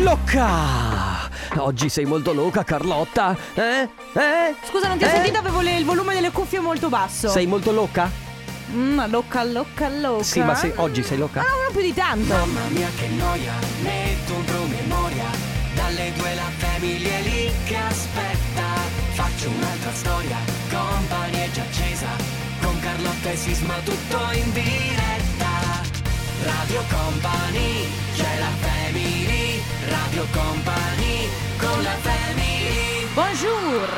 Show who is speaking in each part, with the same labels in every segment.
Speaker 1: Loca! Oggi sei molto loca, Carlotta? Eh? Eh?
Speaker 2: Scusa, non ti ho
Speaker 1: Eh?
Speaker 2: sentito, avevo le- il volume delle cuffie molto basso.
Speaker 1: Sei molto loca?
Speaker 2: Mm, locca, locca, locca.
Speaker 1: Sì, ma sei- oggi sei loca?
Speaker 2: Ma non più di tanto.
Speaker 3: Mamma mia che noia, metto un promemoria Dalle due la famiglia è lì che aspetta Faccio un'altra storia, company è già accesa Con Carlotta e Sisma tutto in diretta Radio Company, c'è la family Radio Company, con la family
Speaker 2: Bonjour.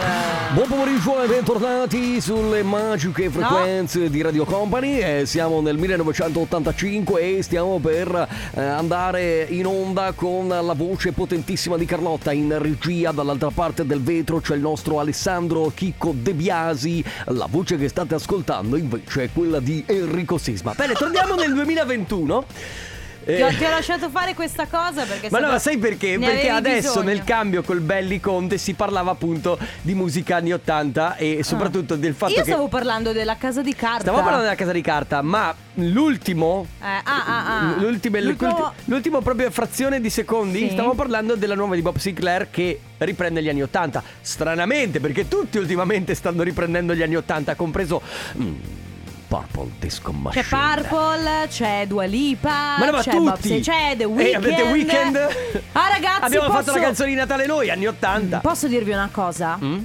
Speaker 1: Buon pomeriggio e bentornati sulle magiche frequenze di Radio Company. Eh, siamo nel 1985 e stiamo per eh, andare in onda con la voce potentissima di Carlotta in regia. Dall'altra parte del vetro c'è il nostro Alessandro Chicco De Biasi. La voce che state ascoltando invece è quella di Enrico Sisma. Bene, torniamo nel 2021.
Speaker 2: Ti ho,
Speaker 1: Eh,
Speaker 2: ti ho lasciato fare questa cosa perché
Speaker 4: Ma no,
Speaker 2: sennò
Speaker 4: ma sai perché?
Speaker 2: ne
Speaker 4: Perché
Speaker 2: avevi
Speaker 4: adesso
Speaker 2: bisogno.
Speaker 4: nel cambio col Belli Conte si parlava appunto di musica anni 80 e soprattutto del fatto
Speaker 2: Io
Speaker 4: che
Speaker 2: stavo parlando della casa di carta.
Speaker 4: Stavo parlando della casa di carta, ma l'ultimo
Speaker 2: Eh, ah, ah, ah.
Speaker 4: L'ultimo,
Speaker 2: L'ultimo-
Speaker 4: l'ultimo proprio frazione di secondi
Speaker 2: Sì.
Speaker 4: Stavo parlando della nuova di Bob Sinclair Che riprende gli anni 80 Stranamente perché tutti ultimamente stanno riprendendo gli anni 80 Compreso mm,
Speaker 1: Purple Disco Machine.
Speaker 2: C'è Purple, c'è Dua Lipa,
Speaker 4: Ma no, ma
Speaker 2: c'è
Speaker 4: tutti!
Speaker 2: Bob Se- c'è The
Speaker 4: Eh,
Speaker 2: Weeknd.
Speaker 4: avete Weeknd?
Speaker 2: Ah ragazzi,
Speaker 4: Abbiamo
Speaker 2: posso...
Speaker 4: fatto la canzone di Natale noi, anni 80
Speaker 2: Posso dirvi una cosa?
Speaker 4: Mm?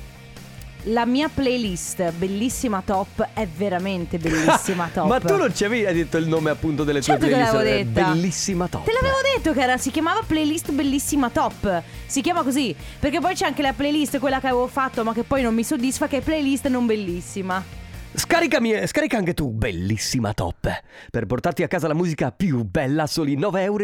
Speaker 2: La mia playlist bellissima top è veramente bellissima top.
Speaker 4: Ma tu non ci avevi detto il nome appunto delle
Speaker 2: Certo
Speaker 4: tue
Speaker 2: che
Speaker 4: playlist
Speaker 2: l'avevo
Speaker 4: Eh,
Speaker 2: detta.
Speaker 4: Bellissima top
Speaker 2: Te l'avevo detto che era, si chiamava playlist bellissima top. Si chiama così. Perché poi c'è anche la playlist, quella che avevo fatto, ma che poi non mi soddisfa, che è playlist non bellissima.
Speaker 4: eh,
Speaker 1: Scaricami, scarica anche tu, bellissima top, per portarti a casa la musica più bella a soli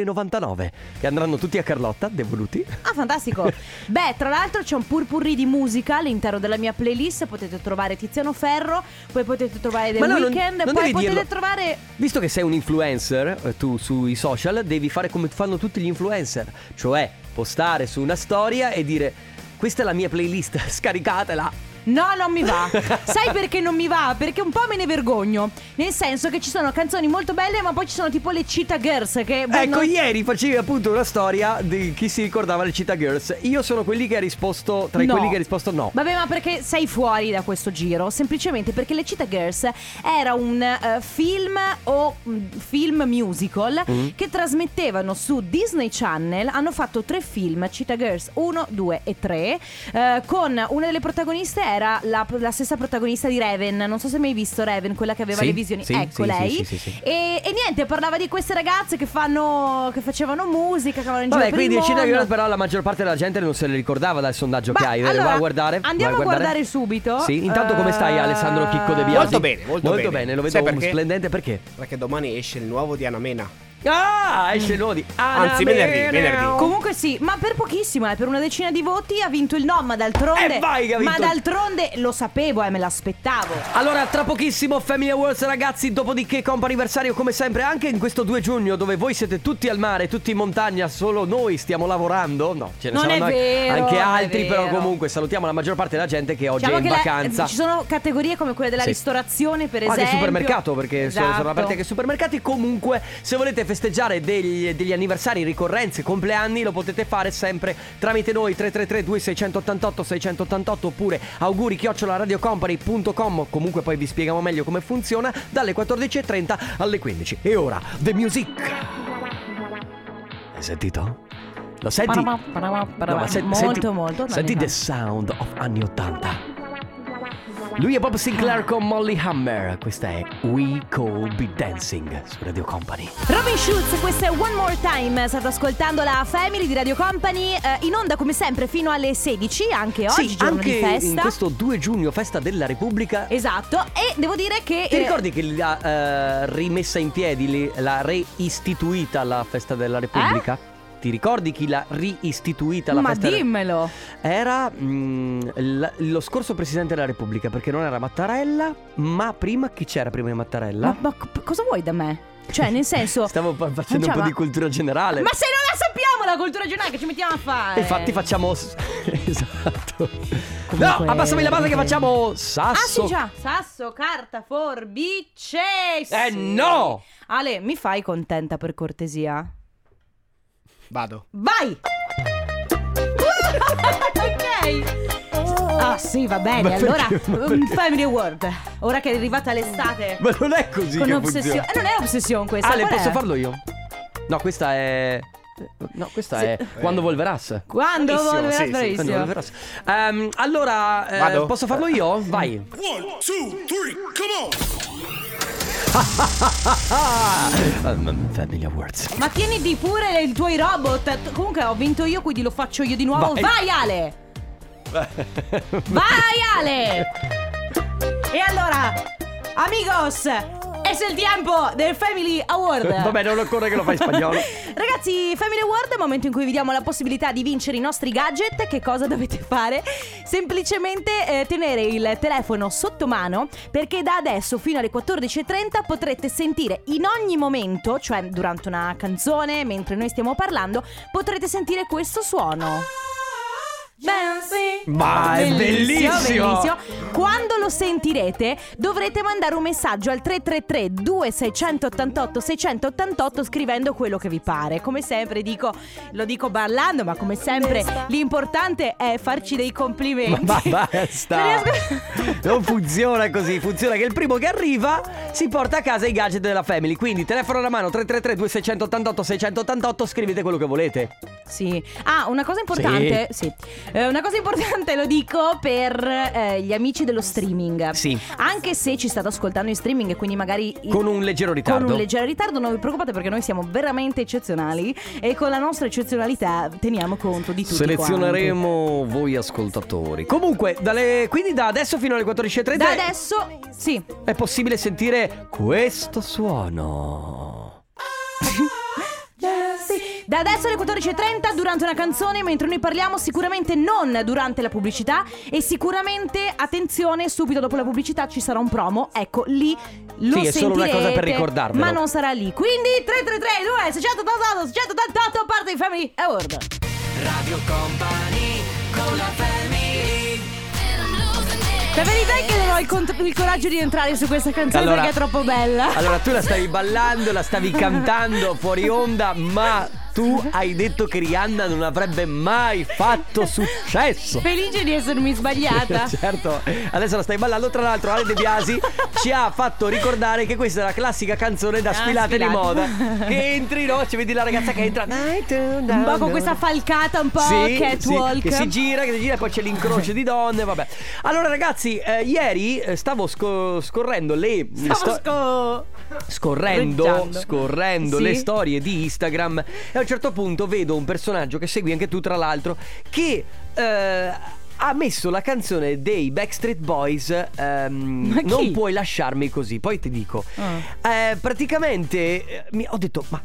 Speaker 1: 9,99€, che andranno tutti a Carlotta, devoluti.
Speaker 2: Ah, fantastico. Beh, tra l'altro c'è un purpurri di musica all'interno della mia playlist. Potete trovare Tiziano Ferro, poi potete trovare The
Speaker 4: Ma no, non-
Speaker 2: Weeknd,
Speaker 4: non
Speaker 2: poi
Speaker 4: devi
Speaker 2: potete
Speaker 4: dirlo.
Speaker 2: trovare.
Speaker 4: Visto che sei un influencer, eh, tu sui social devi fare come fanno tutti gli influencer, cioè postare su una storia e dire questa è la mia playlist, scaricatela.
Speaker 2: No, non mi va. Sai perché non mi va? Perché un po' me ne vergogno. Nel senso che ci sono canzoni molto belle, ma poi ci sono tipo le Cheetah Girls che vanno-
Speaker 4: Ecco, ieri facevi appunto una storia di chi si ricordava le Cheetah Girls. Io sono quelli che ha risposto, tra i
Speaker 2: No.
Speaker 4: quelli che ha risposto no.
Speaker 2: Vabbè, ma perché sei fuori da questo giro? Semplicemente perché Le Cheetah Girls era un eh, film o mm, film musical
Speaker 4: Mm.
Speaker 2: che trasmettevano su Disney Channel. Hanno fatto tre film, Cheetah Girls 1, 2 e 3, eh, con una delle protagoniste era la, la stessa protagonista di Raven. Non so se hai mai visto Raven, quella che aveva
Speaker 4: Sì,
Speaker 2: le visioni.
Speaker 4: sì,
Speaker 2: ecco
Speaker 4: sì,
Speaker 2: lei.
Speaker 4: sì, sì, sì, sì.
Speaker 2: E, e niente, parlava di queste ragazze che fanno che facevano musica, che avevano in
Speaker 4: Vabbè,
Speaker 2: giro per il
Speaker 4: quindi le Cheetah
Speaker 2: mondo.
Speaker 4: Girls però la maggior parte della gente non se le ricordava dal sondaggio
Speaker 2: Beh,
Speaker 4: che hai.
Speaker 2: allora,
Speaker 4: Vai a guardare.
Speaker 2: andiamo
Speaker 4: vai
Speaker 2: a guardare subito.
Speaker 4: Sì, intanto come stai
Speaker 2: Eh,
Speaker 4: Alessandro Chicco De Biasi?
Speaker 5: Molto bene, molto
Speaker 4: molto
Speaker 5: bene.
Speaker 4: bene. Lo
Speaker 5: Sai
Speaker 4: vedo
Speaker 5: perché?
Speaker 4: splendente perché?
Speaker 5: Perché domani esce il nuovo di Anna Mena.
Speaker 4: Ah, esce il nuovo di Anna
Speaker 5: Anzi, venerdì,
Speaker 4: Mena.
Speaker 5: venerdì.
Speaker 2: Comunque sì, ma per pochissimo, eh, per una decina di voti ha vinto il no, ma d'altronde...
Speaker 4: Eh, vai che ha vinto
Speaker 2: ma
Speaker 4: il-
Speaker 2: d'altronde lo sapevo, eh, me l'aspettavo.
Speaker 4: Allora, tra pochissimo Family Awards ragazzi, dopodiché compa anniversario come sempre anche in questo 2 giugno dove voi siete tutti al mare, tutti in montagna, solo noi stiamo lavorando. No, ce ne
Speaker 2: Non
Speaker 4: saranno
Speaker 2: è
Speaker 4: anche-
Speaker 2: vero,
Speaker 4: anche
Speaker 2: non è
Speaker 4: altri, però
Speaker 2: vero.
Speaker 4: comunque salutiamo la maggior parte della gente che oggi
Speaker 2: Diciamo
Speaker 4: è in
Speaker 2: che la-
Speaker 4: vacanza.
Speaker 2: ci sono categorie come quella della
Speaker 4: Sì.
Speaker 2: ristorazione, per
Speaker 4: anche
Speaker 2: esempio.
Speaker 4: il supermercato, perché sono- sono
Speaker 2: Esatto.
Speaker 4: aperti anche i supermercati. Comunque, se volete festeggiare degli, degli anniversari, ricorrenze, compleanni, lo potete fare sempre tramite noi 333-2688-688 oppure auguri radiocompany.com Comunque poi vi spieghiamo meglio come funziona dalle 14.30 alle 15. E ora, The Music. Hai sentito? Lo senti?
Speaker 2: Parama, parama, parama.
Speaker 4: No, ma sen-
Speaker 2: molto,
Speaker 4: senti-
Speaker 2: molto. no,
Speaker 4: Senti
Speaker 2: no.
Speaker 4: The Sound of anni 80. Lui è Bob
Speaker 2: Ah.
Speaker 4: Sinclair con Molly Hammer. Questa è We Call Be Dancing su Radio Company.
Speaker 2: Robin Schulz, questa è One More Time. State ascoltando la Family di Radio Company. eh, in onda come sempre fino alle 16, anche oggi,
Speaker 4: sì,
Speaker 2: giorno
Speaker 4: anche
Speaker 2: di festa.
Speaker 4: in questo 2 giugno, festa della Repubblica.
Speaker 2: Esatto, e devo dire che.
Speaker 4: Ti
Speaker 2: eh,
Speaker 4: ricordi che l'ha eh, rimessa in piedi, li- l'ha reistituita la festa della Repubblica? Ti ricordi chi l'ha reistituita la
Speaker 2: Eh? ma
Speaker 4: festa? della-
Speaker 2: dimmelo.
Speaker 4: Era mm, l- lo scorso presidente della Repubblica, perché non era Mattarella, ma prima chi c'era prima di Mattarella?
Speaker 2: Ma, ma co- cosa vuoi da me? Cioè, nel senso.
Speaker 4: Stavo pa- facendo un
Speaker 2: Cioè,
Speaker 4: po'
Speaker 2: ma-
Speaker 4: di cultura generale.
Speaker 2: Ma se non la sappiamo la cultura regionale, che ci mettiamo a fare?
Speaker 4: E Infatti facciamo... esatto.
Speaker 2: Comunque-
Speaker 4: no, abbassami la base che facciamo
Speaker 2: Ah,
Speaker 4: sasso.
Speaker 2: sì, già. Sasso, carta, forbice.
Speaker 4: Eh
Speaker 2: sì.
Speaker 4: no!
Speaker 2: Ale, mi fai contenta per cortesia?
Speaker 5: Vado.
Speaker 2: Vai! ok! Ah sì, va bene.
Speaker 4: Oh. Ma
Speaker 2: allora,
Speaker 4: perché- ma
Speaker 2: um, Family Award. Ora che è arrivata l'estate.
Speaker 4: Ma non è così
Speaker 2: con
Speaker 4: che
Speaker 2: ossessione.
Speaker 4: funziona.
Speaker 2: Eh, non è ossessione questa.
Speaker 4: Ale,
Speaker 2: qual è?
Speaker 4: posso farlo io? No, questa è. No, questa
Speaker 2: Sì.
Speaker 4: è. Quando Volverás.
Speaker 2: Quando
Speaker 5: Bravissimo,
Speaker 2: volverà,
Speaker 5: sì, sì,
Speaker 4: Quando
Speaker 2: bravissimo.
Speaker 4: Volverás. Ehm, allora, eh,
Speaker 5: Vado?
Speaker 4: posso farlo io? Vai. Um, Family Awards.
Speaker 2: Ma tieniti pure i tuoi robot. T- Comunque ho vinto io, quindi lo faccio io di nuovo.
Speaker 4: Vai.
Speaker 2: Vai, Ale! Vai, Ale! E allora, amigos, es il tempo del Family Award.
Speaker 4: Vabbè, non occorre che lo fai in spagnolo.
Speaker 2: Ragazzi, Family Award è il momento in cui vi diamo la possibilità di vincere i nostri gadget. Che cosa dovete fare? Semplicemente eh, tenere il telefono sotto mano perché da adesso fino alle 14.30 potrete sentire in ogni momento, cioè durante una canzone, mentre noi stiamo parlando, potrete sentire questo suono. Beh,
Speaker 4: Ma è bellissimo.
Speaker 2: bellissimo. Quando lo sentirete dovrete mandare un messaggio al 333 2688 688 scrivendo quello che vi pare. Come sempre dico, lo dico ballando, ma come sempre l'importante è farci dei complimenti.
Speaker 4: Ma basta!
Speaker 2: Non riesco-
Speaker 4: Non funziona così, funziona che il primo che arriva si porta a casa i gadget della family. Quindi telefono alla mano 333 2688 688 scrivete quello che volete.
Speaker 2: Sì. Ah, una cosa importante, sì. Eh, una cosa importante lo dico per eh, gli amici dello streaming.
Speaker 4: Sì.
Speaker 2: Anche se ci state ascoltando in streaming e quindi magari
Speaker 4: Con un leggero ritardo.
Speaker 2: Con un leggero ritardo, non vi preoccupate perché noi siamo veramente eccezionali e con la nostra eccezionalità teniamo conto di tutto.
Speaker 1: Selezioneremo voi ascoltatori.
Speaker 4: Comunque, dalle- quindi da adesso fino alle 14.30
Speaker 2: Da adesso, sì.
Speaker 4: è possibile sentire questo suono.
Speaker 2: Da adesso alle 14.30 durante una canzone mentre noi parliamo sicuramente non durante la pubblicità e sicuramente attenzione subito dopo la pubblicità ci sarà un promo ecco lì lo
Speaker 4: Sì, è solo una cosa per
Speaker 2: sentirete,
Speaker 4: ricordarvelo.
Speaker 2: ma non sarà lì quindi 333 2 688 688 parte di Family Award
Speaker 3: Radio Company con la family
Speaker 2: la verità è che non ho il, cont- il coraggio di entrare su questa canzone
Speaker 4: Allora-
Speaker 2: perché è troppo bella
Speaker 4: Allora, tu la stavi ballando, la stavi cantando fuori onda, ma tu hai detto che Rihanna non avrebbe mai fatto successo.
Speaker 2: Felice di essermi sbagliata.
Speaker 4: Certo, adesso la stai ballando. Tra l'altro, Ale De Biasi ci ha fatto ricordare che questa è la classica canzone da
Speaker 2: Ah,
Speaker 4: sfilate di
Speaker 2: sfilate.
Speaker 4: moda. Entri, no? Ci vedi la ragazza che entra.
Speaker 2: Un
Speaker 4: Un
Speaker 2: po' con questa falcata, un po'
Speaker 4: Sì, sì,
Speaker 2: catwalk.
Speaker 4: che si gira, che si gira, poi c'è l'incrocio di donne, vabbè. Allora ragazzi, eh, ieri eh, stavo sco- scorrendo le
Speaker 2: Stavo
Speaker 4: sto-
Speaker 2: sco-
Speaker 4: scorrendo,
Speaker 2: Reggiando.
Speaker 4: scorrendo
Speaker 2: Sì.
Speaker 4: le storie di Instagram e a un certo punto vedo un personaggio che segui anche tu tra l'altro che eh, ha messo la canzone dei Backstreet Boys ehm,
Speaker 2: Ma chi? Ah.
Speaker 4: Non puoi lasciarmi così, poi ti dico. Eh, praticamente eh, mi- ho detto ma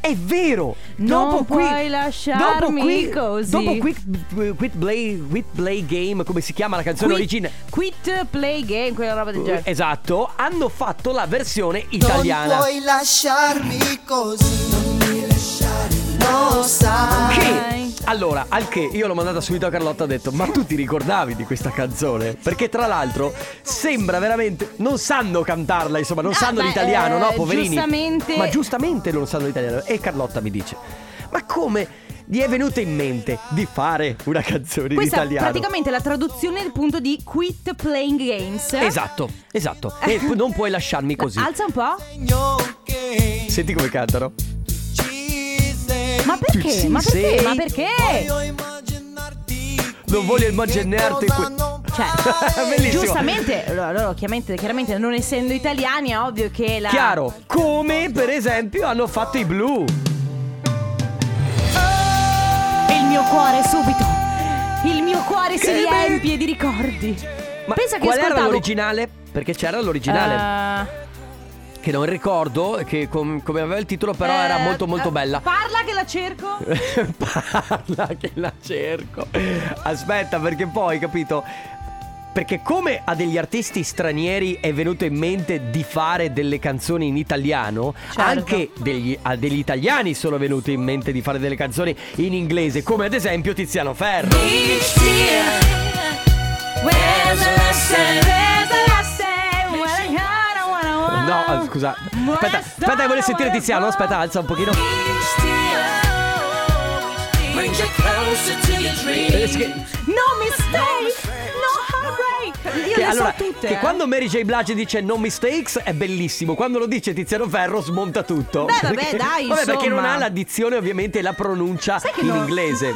Speaker 4: è vero!
Speaker 2: Non
Speaker 4: dopo qui,
Speaker 2: puoi lasciarmi
Speaker 4: dopo qui,
Speaker 2: così.
Speaker 4: Dopo Quit, quit, play, quit Play Game, come si chiama la canzone
Speaker 2: Quit-
Speaker 4: originale?
Speaker 2: Quit play game, quella roba del genere.
Speaker 4: Esatto, hanno fatto la versione italiana.
Speaker 6: lasciarmi così, non mi lasciare, lo sai.
Speaker 4: Che allora, al che io l'ho mandata subito a Carlotta ho detto "Ma tu ti ricordavi di questa canzone?" Perché tra l'altro sembra veramente non sanno cantarla, insomma, non
Speaker 2: Ah,
Speaker 4: sanno
Speaker 2: beh,
Speaker 4: l'italiano, no,
Speaker 2: eh,
Speaker 4: poverini.
Speaker 2: giustamente-
Speaker 4: Ma giustamente non sanno l'italiano e Carlotta mi dice "Ma come gli è venuto in mente di fare una canzone in
Speaker 2: Questa è
Speaker 4: italiano?"
Speaker 2: praticamente la traduzione del punto di quit playing games.
Speaker 4: Esatto, esatto. E pu- non puoi lasciarmi così.
Speaker 2: Alza un po'.
Speaker 4: Senti come cantano.
Speaker 2: Ma perché?
Speaker 4: Sì,
Speaker 2: Ma perché?
Speaker 4: sì.
Speaker 2: Ma perché?
Speaker 4: Non voglio immaginarti que-
Speaker 2: Cioè,
Speaker 4: Bellissimo.
Speaker 2: giustamente, allora, loro chiaramente, chiaramente non essendo italiani è ovvio che la...
Speaker 4: Chiaro, come per esempio hanno fatto i blu.
Speaker 2: E il mio cuore subito. Il mio cuore si
Speaker 4: Che be-
Speaker 2: riempie di ricordi.
Speaker 4: Ma
Speaker 2: Pensa che
Speaker 4: qual era
Speaker 2: ascoltavo-
Speaker 4: l'originale? Perché c'era l'originale,
Speaker 2: Eh,
Speaker 4: che non ricordo, che com- come aveva il titolo, però era
Speaker 2: eh,
Speaker 4: molto molto
Speaker 2: eh,
Speaker 4: bella.
Speaker 2: Parla che la cerco.
Speaker 4: Parla che la cerco. Aspetta, perché poi, capito? Perché come a degli artisti stranieri è venuto in mente di fare delle canzoni in italiano,
Speaker 2: Certo.
Speaker 4: anche degli- a degli italiani sono venuti in mente di fare delle canzoni in inglese, come ad esempio Tiziano Ferro. No, eh, scusa. Aspetta, aspetta, che voglio sentire Tiziano. Aspetta, alza un pochino.
Speaker 3: dreams are closer to your
Speaker 4: Eh,
Speaker 3: dreams.
Speaker 4: sì, che-
Speaker 2: No mistake! No heartbreak! Io
Speaker 4: che
Speaker 2: le
Speaker 4: allora,
Speaker 2: so tutte.
Speaker 4: che
Speaker 2: eh.
Speaker 4: quando Mary J. Blige dice no mistakes è bellissimo, quando lo dice Tiziano Ferro smonta tutto.
Speaker 2: Beh, vabbè,
Speaker 4: Perché-
Speaker 2: dai,
Speaker 4: Vabbè, perché non
Speaker 2: insomma.
Speaker 4: ha l'addizione ovviamente e la pronuncia
Speaker 2: Sai che
Speaker 4: in
Speaker 2: no?
Speaker 4: inglese.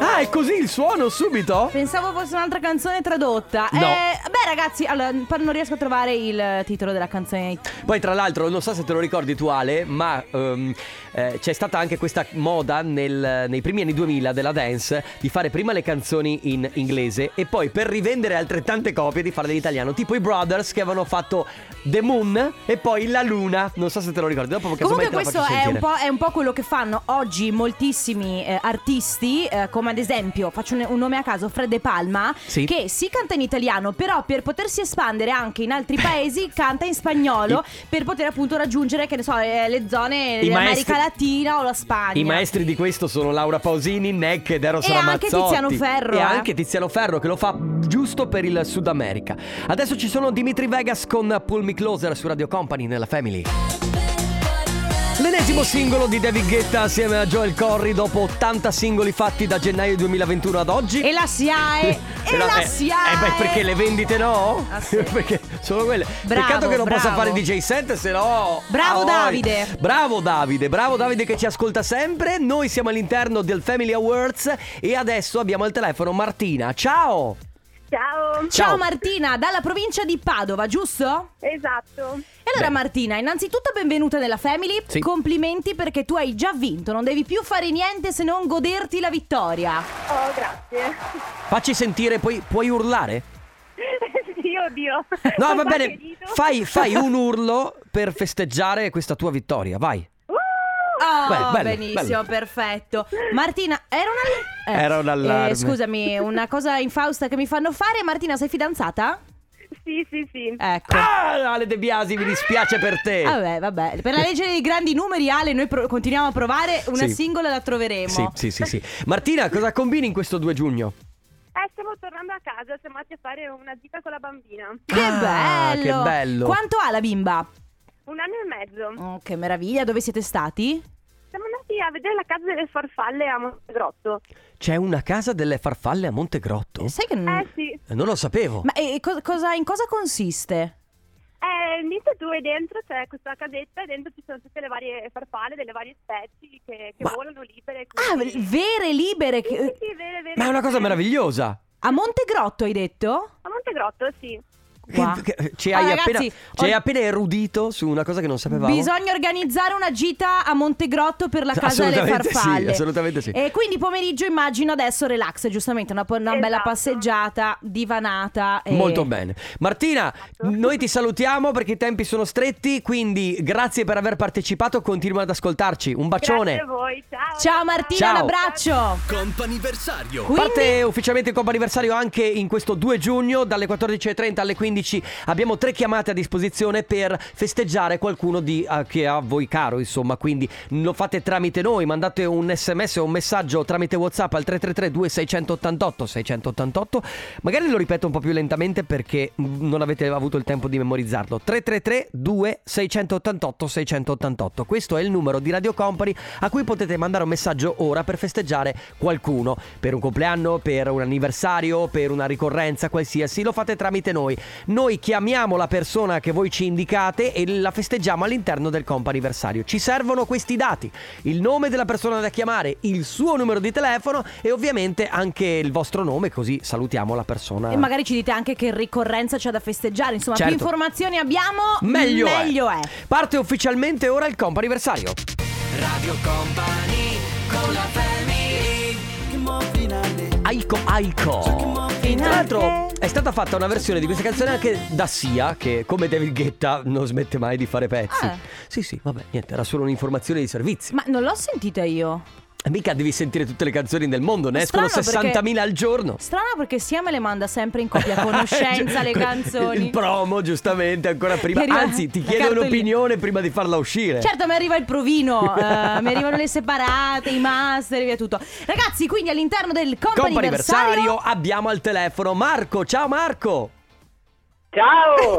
Speaker 4: Ah, è così il suono subito?
Speaker 2: Pensavo fosse un'altra canzone tradotta.
Speaker 4: No.
Speaker 2: Eh, beh, ragazzi, allora, pa- non riesco a trovare il titolo della canzone.
Speaker 4: Poi tra l'altro non so se te lo ricordi tu Ale Ma ehm, eh, c'è stata anche questa moda nel- nei primi anni 2000 della dance Di fare prima le canzoni in inglese E poi per rivendere altrettante copie di farle in italiano Tipo i Brothers che avevano fatto The Moon e poi La Luna Non so se te lo ricordi Dopo casomai
Speaker 2: Comunque,
Speaker 4: te la faccio
Speaker 2: questo è un,
Speaker 4: sentire.
Speaker 2: po', è un po' quello che fanno oggi moltissimi eh, artisti, eh, come ad esempio, faccio un, un nome a caso, Fred De Palma,
Speaker 4: Sì.
Speaker 2: che si canta in italiano, però per potersi espandere anche in altri paesi canta in spagnolo per poter appunto raggiungere, che ne so, eh, le zone
Speaker 4: I
Speaker 2: dell'America
Speaker 4: maestri-
Speaker 2: Latina o la Spagna.
Speaker 4: I maestri di questo sono Laura Pausini, Neck ed Eros
Speaker 2: E anche
Speaker 4: Ramazzotti.
Speaker 2: Tiziano Ferro,
Speaker 4: E
Speaker 2: eh.
Speaker 4: anche Tiziano Ferro che lo fa giusto per il Sud America. Adesso ci sono Dimitri Vegas con Pull Me Closer su Radio Company nella Family. L'ennesimo singolo di David Guetta assieme a Joel Corry dopo 80 singoli fatti da gennaio 2021 ad oggi.
Speaker 2: E la SIAE! e
Speaker 4: Però,
Speaker 2: la
Speaker 4: eh,
Speaker 2: SIAE!
Speaker 4: eh, beh, perché le vendite no?
Speaker 2: Ah, sì.
Speaker 4: perché sono quelle.
Speaker 2: Bravo,
Speaker 4: Peccato che non
Speaker 2: bravo.
Speaker 4: possa fare DJ set, se no.
Speaker 2: Bravo
Speaker 4: Ah,
Speaker 2: Davide.
Speaker 4: oi. Bravo Davide, bravo Davide che ci ascolta sempre. Noi siamo all'interno del Family Awards e adesso abbiamo al telefono Martina. Ciao!
Speaker 7: Ciao,
Speaker 2: Ciao. Martina, dalla provincia di Padova, giusto?
Speaker 7: esatto.
Speaker 2: E allora
Speaker 4: Bene.
Speaker 2: Martina, innanzitutto benvenuta nella Family,
Speaker 4: Sì.
Speaker 2: complimenti perché tu hai già vinto, non devi più fare niente se non goderti la vittoria.
Speaker 7: Oh, grazie.
Speaker 4: Facci sentire, poi puoi urlare?
Speaker 7: sì, oddio.
Speaker 4: No,
Speaker 7: Ho
Speaker 4: va
Speaker 7: qualche
Speaker 4: bene.
Speaker 7: dito.
Speaker 4: Fai, fai un urlo per festeggiare questa tua vittoria, vai.
Speaker 7: Uh,
Speaker 2: Oh,
Speaker 4: Beh, bello, bello.
Speaker 2: benissimo, perfetto. Martina, era una...
Speaker 4: Era un allarme.
Speaker 2: eh, scusami, una cosa infausta che mi fanno fare. Martina, sei fidanzata?
Speaker 7: sì, sì, sì.
Speaker 2: Ecco.
Speaker 4: Ah, Ale De Biasi, mi dispiace per te.
Speaker 2: Vabbè, vabbè. Per la legge dei grandi numeri, Ale, noi pro- continuiamo a provare. Una
Speaker 4: Sì.
Speaker 2: singola la troveremo.
Speaker 4: Sì, sì, sì, sì. Martina, cosa combini in questo 2 giugno?
Speaker 7: Eh, stiamo tornando a casa, siamo andati a fare una gita con la bambina.
Speaker 2: Che
Speaker 4: Ah,
Speaker 2: bello!
Speaker 4: che bello.
Speaker 2: Quanto ha la bimba?
Speaker 7: Un anno e mezzo.
Speaker 2: Oh, che meraviglia, dove siete stati?
Speaker 7: Siamo andati a vedere la casa delle farfalle a Montegrotto.
Speaker 4: C'è una casa delle farfalle a Montegrotto?
Speaker 2: Sai che non...
Speaker 7: Eh, sì.
Speaker 4: Eh, Non lo sapevo.
Speaker 2: Ma eh, co- cosa- in cosa consiste?
Speaker 7: Eh, niente tu e dentro c'è questa casetta e dentro ci sono tutte le varie farfalle delle varie specie che, che
Speaker 4: Ma-
Speaker 7: volano libere.
Speaker 2: Ah,
Speaker 7: quindi-
Speaker 2: vere, libere.
Speaker 7: Sì, sì,
Speaker 2: che-
Speaker 7: sì, vere, vere.
Speaker 4: Ma è una cosa meravigliosa.
Speaker 2: A Montegrotto hai detto?
Speaker 7: A Montegrotto, sì.
Speaker 2: Wow.
Speaker 4: Che- che- ci
Speaker 2: Ah,
Speaker 4: hai,
Speaker 2: ragazzi,
Speaker 4: appena, ci hai
Speaker 2: ho-
Speaker 4: appena erudito su una cosa che non sapevamo.
Speaker 2: Bisogna organizzare una gita a Montegrotto per la casa delle
Speaker 4: Assolutamente sì,
Speaker 2: farfalle.
Speaker 4: assolutamente sì.
Speaker 2: E quindi pomeriggio immagino adesso relax, giustamente, una, po- una bella
Speaker 7: Esatto.
Speaker 2: passeggiata, divanata. e-
Speaker 4: Molto bene. Martina,
Speaker 7: esatto.
Speaker 4: noi ti salutiamo perché i tempi sono stretti, quindi grazie per aver partecipato, continua ad ascoltarci. Un bacione.
Speaker 7: Grazie a voi, ciao.
Speaker 2: Ciao Martina,
Speaker 4: Ciao.
Speaker 2: un abbraccio.
Speaker 3: Comp'anniversario.
Speaker 2: Quindi-
Speaker 4: Parte ufficialmente il comp'anniversario anche in questo 2 giugno, dalle 14.30 alle 15 abbiamo tre chiamate a disposizione per festeggiare qualcuno di, eh, che è a voi caro, insomma, quindi lo fate tramite noi, mandate un sms o un messaggio tramite Whatsapp al 333-2688-688, magari lo ripeto un po' più lentamente perché mh, non avete avuto il tempo di memorizzarlo, 333-2688-688, questo è il numero di Radio Company a cui potete mandare un messaggio ora per festeggiare qualcuno, per un compleanno, per un anniversario, per una ricorrenza qualsiasi, lo fate tramite noi. Noi chiamiamo la persona che voi ci indicate e la festeggiamo all'interno del comp'anniversario. Ci servono questi dati, il nome della persona da chiamare, il suo numero di telefono e ovviamente anche il vostro nome così salutiamo la persona.
Speaker 2: E magari ci dite anche che ricorrenza c'è da festeggiare. Insomma,
Speaker 4: Certo.
Speaker 2: più informazioni abbiamo,
Speaker 4: Meglio, è.
Speaker 2: meglio è.
Speaker 4: Parte ufficialmente ora il comp'anniversario.
Speaker 3: Radio Company con la family.
Speaker 4: Aiko Aiko. Tra l'altro è stata fatta una versione di questa canzone anche da Sia, che come David Guetta non smette mai di fare pezzi.
Speaker 2: Ah.
Speaker 4: Sì, sì, vabbè, niente, era solo un'informazione di servizio.
Speaker 2: Ma non l'ho sentita io.
Speaker 4: Mica devi sentire tutte le canzoni del mondo, ne escono
Speaker 2: Strano
Speaker 4: 60.000 al giorno.
Speaker 2: Strano perché Sia me le manda sempre in copia a conoscenza le
Speaker 4: Il
Speaker 2: canzoni.
Speaker 4: promo, giustamente, ancora prima.
Speaker 2: Arriva-
Speaker 4: Anzi, ti
Speaker 2: la
Speaker 4: chiede
Speaker 2: cartolina.
Speaker 4: un'opinione prima di farla uscire.
Speaker 2: Certo, mi arriva il provino, eh, mi arrivano le separate, i master e via tutto. Ragazzi, quindi all'interno del company
Speaker 4: Comp'anniversario abbiamo al telefono Marco. Ciao Marco.
Speaker 8: Ciao!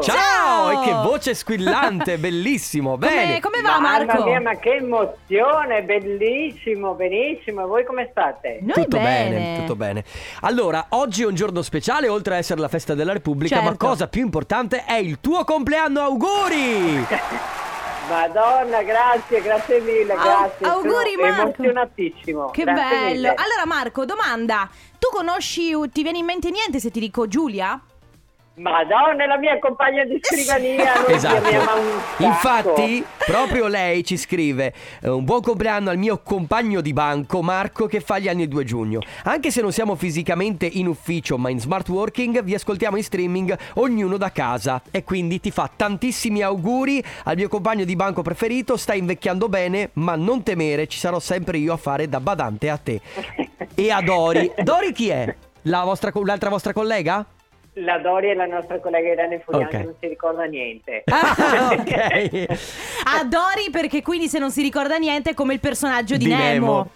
Speaker 4: Ciao!
Speaker 2: Ciao!
Speaker 4: E che voce squillante, bellissimo.
Speaker 2: Come,
Speaker 4: Bene.
Speaker 2: come va
Speaker 8: Mamma
Speaker 2: Marco?
Speaker 8: mia, ma che emozione, bellissimo, benissimo. E voi come state?
Speaker 2: Noi
Speaker 4: Tutto bene.
Speaker 2: bene.
Speaker 4: tutto bene. Allora, oggi è un giorno speciale, oltre a essere la festa della Repubblica, ma
Speaker 2: Certo.
Speaker 4: cosa più importante è il tuo compleanno, auguri!
Speaker 8: Madonna, grazie, grazie mille,
Speaker 2: Au-
Speaker 8: grazie.
Speaker 2: auguri,
Speaker 8: Sono
Speaker 2: Marco.
Speaker 8: emozionatissimo.
Speaker 2: Che
Speaker 8: grazie
Speaker 2: bello.
Speaker 8: mille.
Speaker 2: Allora Marco, domanda. Tu conosci, ti viene in mente niente se ti dico Giulia?
Speaker 8: Madonna, è la mia compagna di scrivania. Lui
Speaker 4: Esatto.
Speaker 8: mi ama un sacco.
Speaker 4: Infatti, proprio lei ci scrive eh, un buon compleanno al mio compagno di banco Marco che fa gli anni il 2 giugno. Anche se non siamo fisicamente in ufficio ma in smart working, vi ascoltiamo in streaming ognuno da casa e quindi ti fa tantissimi auguri al mio compagno di banco preferito, sta invecchiando bene, ma non temere, ci sarò sempre io a fare da badante a te. E a Dori. Dori chi è? La vostra co- l'altra vostra collega?
Speaker 8: La Dori è la nostra collega Irene Furian
Speaker 4: Ok.
Speaker 8: che non si ricorda niente.
Speaker 4: Ah, ok.
Speaker 2: Adori perché quindi se non si ricorda niente è come il personaggio di,
Speaker 4: Di
Speaker 2: Nemo.
Speaker 4: Nemo.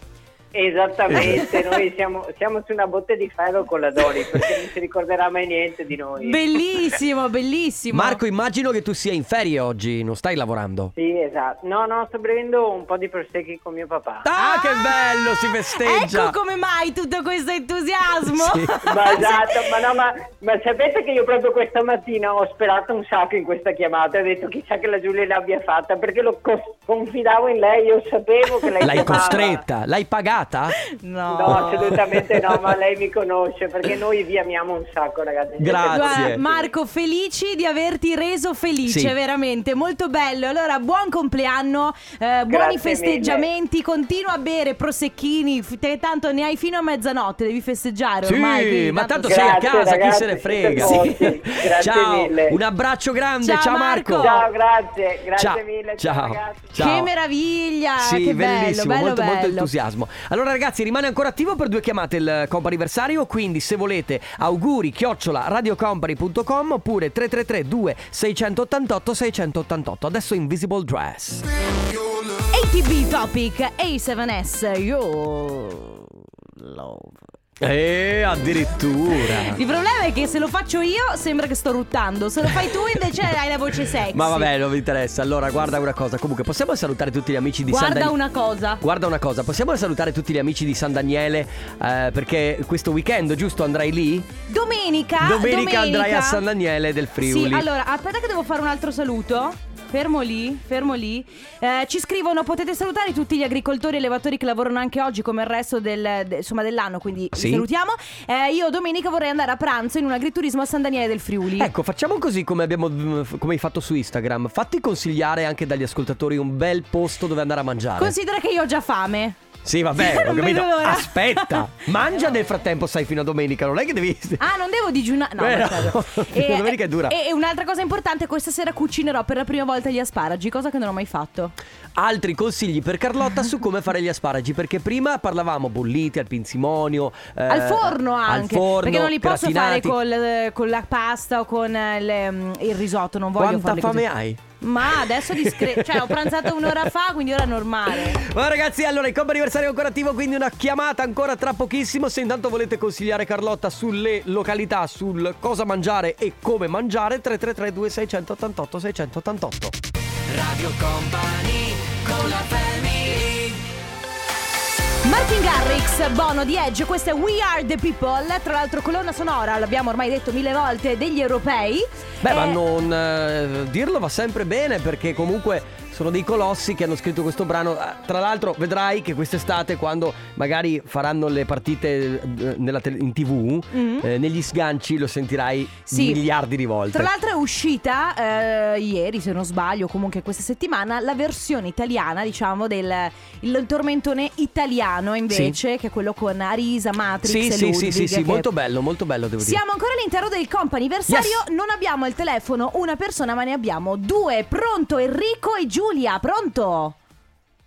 Speaker 8: Esattamente, noi siamo, siamo su una botte di ferro con la Dori perché non si ricorderà mai niente di noi.
Speaker 2: Bellissimo, bellissimo.
Speaker 4: Marco, immagino che tu sia in ferie oggi, non stai lavorando.
Speaker 8: Sì, esatto. No, no, sto bevendo un po' di prosecchi con mio papà.
Speaker 4: Ah, che bello, si festeggia.
Speaker 2: Ecco come mai tutto questo entusiasmo.
Speaker 4: Sì.
Speaker 8: Ma esatto, ma no, ma, ma sapete che io proprio questa mattina ho sperato un sacco in questa chiamata, ho detto chissà che la Giulia l'abbia fatta, perché lo cos- confidavo in lei, io sapevo che lei
Speaker 4: L'hai
Speaker 8: chiamava.
Speaker 4: costretta, l'hai pagata?
Speaker 2: No.
Speaker 8: No, assolutamente no, ma lei mi conosce, perché noi vi amiamo un sacco, ragazzi.
Speaker 4: Grazie.
Speaker 2: Guarda, Marco, felici di averti reso felice,
Speaker 4: Sì.
Speaker 2: veramente, molto bello. Allora, buon compleanno, eh, buoni
Speaker 8: mille.
Speaker 2: festeggiamenti, continua a bere prosecchini, f- te tanto ne hai fino a mezzanotte, devi festeggiare ormai. quindi
Speaker 4: ma tanto sei
Speaker 8: Grazie,
Speaker 4: a casa, chi
Speaker 8: ragazzi,
Speaker 4: se ne frega.
Speaker 8: siete forti. Grazie
Speaker 4: Ciao,
Speaker 8: mille.
Speaker 4: un abbraccio grande, ciao,
Speaker 2: Ciao,
Speaker 4: Marco.
Speaker 2: Marco.
Speaker 8: Ciao, grazie, grazie
Speaker 4: Ciao,
Speaker 8: mille.
Speaker 4: ciao.
Speaker 8: ragazzi.
Speaker 4: Ciao.
Speaker 2: Che meraviglia!
Speaker 4: Sì,
Speaker 2: Ah, che bello,
Speaker 4: bellissimo,
Speaker 2: bello,
Speaker 4: molto, molto
Speaker 2: bello.
Speaker 4: entusiasmo. Allora, ragazzi, rimane ancora attivo per due chiamate il comp anniversario. Quindi, se volete, auguri chiocciola radiocompany.com oppure 333 2688 688. Adesso Invisible Dress.
Speaker 2: ATB Topic A7S, io love.
Speaker 4: Eh, addirittura.
Speaker 2: Il problema è che se lo faccio io sembra che sto ruttando, se lo fai tu invece hai la voce sexy.
Speaker 4: Ma vabbè, non vi interessa. Allora, guarda una cosa. Comunque, possiamo salutare tutti gli amici di San
Speaker 2: Guarda
Speaker 4: Daniele.
Speaker 2: una cosa.
Speaker 4: Guarda una cosa, possiamo salutare tutti gli amici di San Daniele eh, perché questo weekend, giusto, andrai lì?
Speaker 2: Domenica,
Speaker 4: domenica, andrai a San Daniele del Friuli.
Speaker 2: Sì, allora, aspetta che devo fare un altro saluto. Fermo lì, fermo lì. Eh, ci scrivono, potete salutare tutti gli agricoltori e allevatori che lavorano anche oggi come il resto del- de- insomma, dell'anno, quindi li
Speaker 4: Sì.
Speaker 2: salutiamo. Eh, io domenica vorrei andare a pranzo in un agriturismo a San Daniele del Friuli.
Speaker 4: Ecco, facciamo così come, abbiamo, come hai fatto su Instagram. Fatti consigliare anche dagli ascoltatori un bel posto dove andare a mangiare.
Speaker 2: Considera che io ho già fame.
Speaker 4: sì, vabbè, ho
Speaker 2: Non vedo
Speaker 4: capito.
Speaker 2: l'ora.
Speaker 4: Aspetta, mangia nel frattempo, sai, fino a domenica. Non è che devi.
Speaker 2: Ah, non devo digiunare. No,
Speaker 4: Eh,
Speaker 2: non
Speaker 4: no.
Speaker 2: credo.
Speaker 4: La domenica è dura.
Speaker 2: E, e un'altra cosa importante, questa sera cucinerò per la prima volta gli asparagi, cosa che non ho mai fatto.
Speaker 4: Altri consigli per Carlotta su come fare gli asparagi. Perché prima parlavamo bolliti, al pinzimonio. eh,
Speaker 2: al forno
Speaker 4: al
Speaker 2: anche.
Speaker 4: forno,
Speaker 2: perché non li posso
Speaker 4: gratinati.
Speaker 2: fare col, eh, con la pasta o con eh, le, mm, il risotto, non voglio
Speaker 4: Quanta
Speaker 2: farle
Speaker 4: fame
Speaker 2: così.
Speaker 4: hai?
Speaker 2: Ma adesso discreto, cioè ho pranzato un'ora fa, quindi ora è normale.
Speaker 4: Ma ragazzi, allora il combo anniversario è ancora attivo, quindi una chiamata ancora tra pochissimo. Se intanto volete consigliare Carlotta sulle località, sul cosa mangiare e come mangiare, 333 2688 688.
Speaker 2: Martin Garrix, Bono di Edge, questa è We Are the People, tra l'altro colonna sonora, l'abbiamo ormai detto mille volte, degli europei.
Speaker 4: Beh,
Speaker 2: Eh,
Speaker 4: ma non eh, dirlo va sempre bene perché comunque sono dei colossi che hanno scritto questo brano. Ah, Tra l'altro, vedrai che quest'estate, quando magari faranno le partite eh, nella tele- in tv,
Speaker 2: Mhm.
Speaker 4: eh, negli sganci lo sentirai
Speaker 2: Sì.
Speaker 4: miliardi di volte.
Speaker 2: Tra l'altro è uscita eh, ieri, se non sbaglio, comunque questa settimana, la versione italiana, diciamo, del il tormentone italiano invece, che è quello con Arisa, Matrix
Speaker 4: sì, sì,
Speaker 2: e
Speaker 4: sì,
Speaker 2: Ludwig,
Speaker 4: sì, sì,
Speaker 2: che-
Speaker 4: molto bello, molto bello devo dire.
Speaker 2: Siamo ancora all'interno del comp anniversario, non abbiamo al telefono una persona ma ne abbiamo due. Pronto Enrico e Giulia, pronto?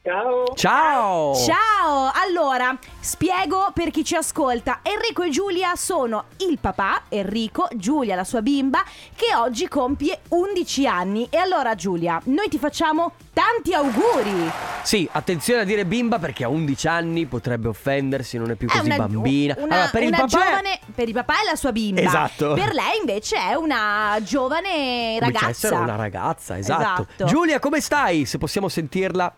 Speaker 8: Ciao.
Speaker 4: Ciao!
Speaker 2: Ciao! Allora, spiego per chi ci ascolta. Enrico e Giulia sono il papà, Enrico, Giulia, la sua bimba, che oggi compie 11 anni. E allora, Giulia, noi ti facciamo tanti auguri!
Speaker 4: Sì, attenzione a dire bimba perché a 11 anni potrebbe offendersi, non è più
Speaker 2: È
Speaker 4: così bambina.
Speaker 2: una-
Speaker 4: allora, per il
Speaker 2: una
Speaker 4: papà è-
Speaker 2: giovane, per il papà è la sua bimba.
Speaker 4: Esatto.
Speaker 2: Per lei invece è una giovane
Speaker 4: Comincia
Speaker 2: ragazza.
Speaker 4: a essere una ragazza, esatto.
Speaker 2: Esatto.
Speaker 4: Giulia, come stai? Se possiamo sentirla,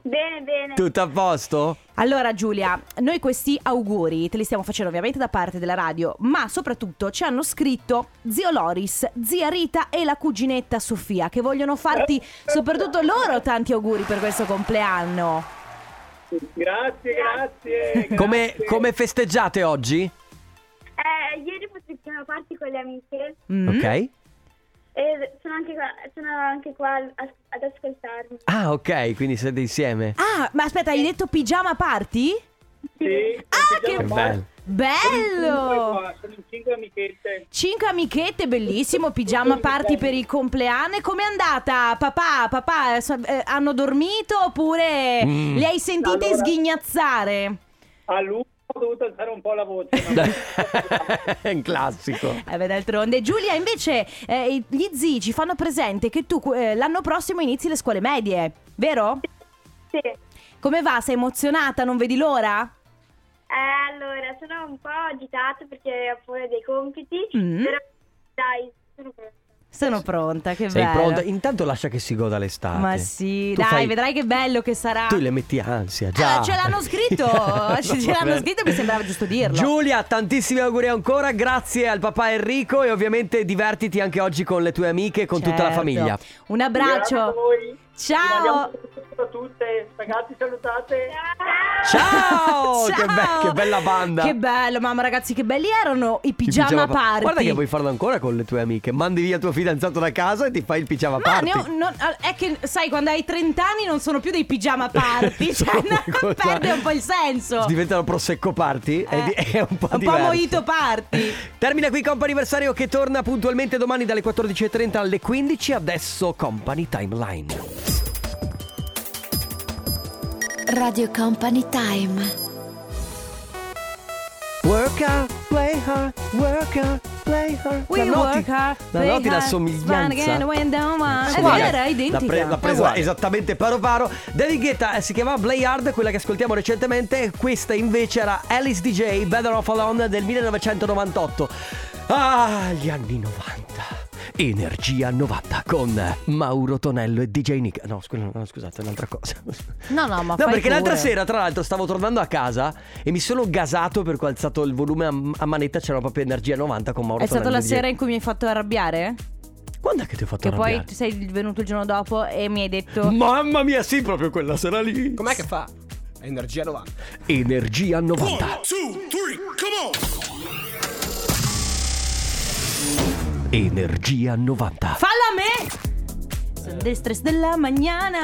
Speaker 7: Bene, bene.
Speaker 4: tutto a posto?
Speaker 2: Allora Giulia, noi questi auguri te li stiamo facendo ovviamente da parte della radio, ma soprattutto ci hanno scritto zio Loris, zia Rita e la cuginetta Sofia che vogliono farti soprattutto loro tanti auguri per questo compleanno.
Speaker 8: Grazie, grazie. grazie.
Speaker 4: Come, come festeggiate oggi?
Speaker 7: Eh, ieri facciamo party con le amiche
Speaker 2: Mm.
Speaker 4: Ok?
Speaker 7: e sono anche qua, sono anche qua a- ad ascoltarmi.
Speaker 4: Ah, ok, quindi siete insieme.
Speaker 2: Ah, ma aspetta, hai detto pigiama party?
Speaker 8: Sì,
Speaker 2: Ah,
Speaker 4: Che
Speaker 2: che
Speaker 4: bello.
Speaker 2: bello!
Speaker 8: Sono in cinque amichette.
Speaker 2: Cinque amichette, bellissimo, pigiama party per il compleanno. E Com'è andata? Papà, papà, eh, so- eh, hanno dormito oppure
Speaker 4: Mm.
Speaker 2: le hai sentite
Speaker 8: Allora-
Speaker 2: sghignazzare?
Speaker 8: A lui ho dovuto alzare un po' la voce. ma-
Speaker 4: È un classico.
Speaker 2: Eh beh, d'altronde. Giulia, invece, eh, i- gli zii ci fanno presente che tu eh, l'anno prossimo inizi le scuole medie, vero?
Speaker 7: Sì.
Speaker 2: Come va? Sei emozionata? Non vedi l'ora?
Speaker 7: Eh, allora, sono un po' agitata perché ho pure dei compiti,
Speaker 2: Mm.
Speaker 7: però dai, sono pronta.
Speaker 2: Sono pronta, che
Speaker 4: Sei
Speaker 2: bello.
Speaker 4: pronta? Intanto lascia che si goda l'estate.
Speaker 2: Ma sì,
Speaker 4: Tu
Speaker 2: dai,
Speaker 4: fai-
Speaker 2: vedrai che bello che sarà.
Speaker 4: Tu le metti ansia, già.
Speaker 2: Ah, ce l'hanno scritto, ce l'hanno scritto, mi sembrava giusto dirlo.
Speaker 4: Giulia, tantissimi auguri ancora, grazie al papà Enrico e ovviamente divertiti anche oggi con le tue amiche e con tutta la
Speaker 2: Certo.
Speaker 4: famiglia.
Speaker 2: Un
Speaker 8: Grazie a
Speaker 2: abbraccio.
Speaker 8: voi.
Speaker 2: Ciao.
Speaker 8: Vi vogliamo a tutte. Ragazzi, salutate.
Speaker 4: Ciao! Che, be-
Speaker 2: Ciao!
Speaker 4: che bella banda.
Speaker 2: Che bello, mamma ragazzi, che belli erano i
Speaker 4: Il
Speaker 2: pigiama,
Speaker 4: pa-
Speaker 2: party.
Speaker 4: Guarda che puoi farlo ancora con le tue amiche. Mandi via tuo fidanzato da casa e ti fai il pigiama
Speaker 2: Ma
Speaker 4: party.
Speaker 2: ne ho- non- al- è che sai, quando hai 30 anni non sono più dei pigiama party,
Speaker 4: Sono
Speaker 2: cioè,
Speaker 4: una cosa-
Speaker 2: perde un po' il senso.
Speaker 4: Diventano prosecco party. è,
Speaker 2: Eh,
Speaker 4: di- è un po'
Speaker 2: un po'
Speaker 4: diverso.
Speaker 2: mojito party.
Speaker 4: Termina qui Compa Anniversario che torna puntualmente domani dalle 14.30 alle 15. Adesso Company Timeline.
Speaker 9: Radio Company Time.
Speaker 4: Work hard, play hard, work hard, play hard.
Speaker 2: We
Speaker 4: la noti,
Speaker 2: work hard,
Speaker 4: la,
Speaker 2: play
Speaker 4: noti la
Speaker 2: hard,
Speaker 4: somiglianza.
Speaker 2: smile again when the one- È
Speaker 4: Uguale.
Speaker 2: vera, è
Speaker 4: L'ha,
Speaker 2: identica.
Speaker 4: pre- l'ha
Speaker 2: È
Speaker 4: presa
Speaker 2: uguale.
Speaker 4: esattamente paro paro. David Guetta eh, si chiamava Play Hard, quella che ascoltiamo recentemente. Questa invece era Alice DJ, Better Off Alone del 1998. Ah, gli anni 90. Energia 90 con Mauro Tonello e DJ Nick. No, scusa, no, scusate, è un'altra cosa.
Speaker 2: No, no,
Speaker 4: No,
Speaker 2: ma fai
Speaker 4: perché l'altra
Speaker 2: pure.
Speaker 4: sera, tra l'altro, stavo tornando a casa e mi sono gasato perché ho alzato il volume a, a manetta, c'era proprio Energia 90 con Mauro
Speaker 2: È stata
Speaker 4: Tonello
Speaker 2: la
Speaker 4: di-
Speaker 2: sera in cui mi hai fatto arrabbiare?
Speaker 4: Quando è che ti ho fatto
Speaker 2: Che poi
Speaker 4: arrabbiare?
Speaker 2: tu sei venuto il giorno dopo e mi hai detto
Speaker 4: Mamma mia, sì, proprio quella sera lì.
Speaker 5: Com'è che fa? Energia 90.
Speaker 4: Energia 90. Energia 90.
Speaker 2: Falla a me! Sono del stress della magnana.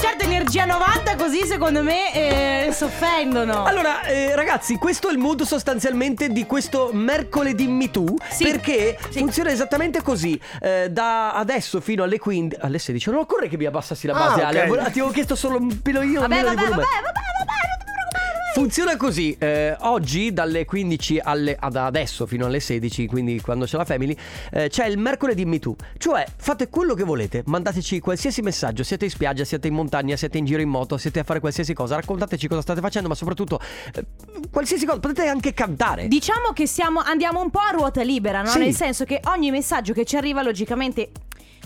Speaker 2: Certo, energia 90 così secondo me eh, s'offendono.
Speaker 4: Allora, eh, ragazzi, questo è il mood sostanzialmente di questo mercoledì Me Too.
Speaker 2: Sì.
Speaker 4: Perché
Speaker 2: Sì.
Speaker 4: funziona esattamente così. Eh, da adesso fino alle 15. Alle 16. Non occorre che mi abbassassi la
Speaker 5: Ah,
Speaker 4: base, Ale.
Speaker 5: ok.
Speaker 4: Volevo- Ti avevo chiesto solo un pelo io.
Speaker 2: vabbè,
Speaker 4: meno di
Speaker 2: vabbè, vabbè, vabbè,
Speaker 4: volume.
Speaker 2: vabbè, non ti preoccupare.
Speaker 4: Funziona così, eh, oggi dalle 15 alle, ad adesso fino alle 16, quindi quando c'è la family, eh, c'è il mercoledì Me Too, cioè fate quello che volete, mandateci qualsiasi messaggio, siete in spiaggia, siete in montagna, siete in giro in moto, siete a fare qualsiasi cosa, raccontateci cosa state facendo, ma soprattutto eh, qualsiasi cosa, potete anche cantare.
Speaker 2: Diciamo che siamo, andiamo un po' a ruota libera, no?
Speaker 4: Eh. Sì.
Speaker 2: Nel senso che ogni messaggio che ci arriva logicamente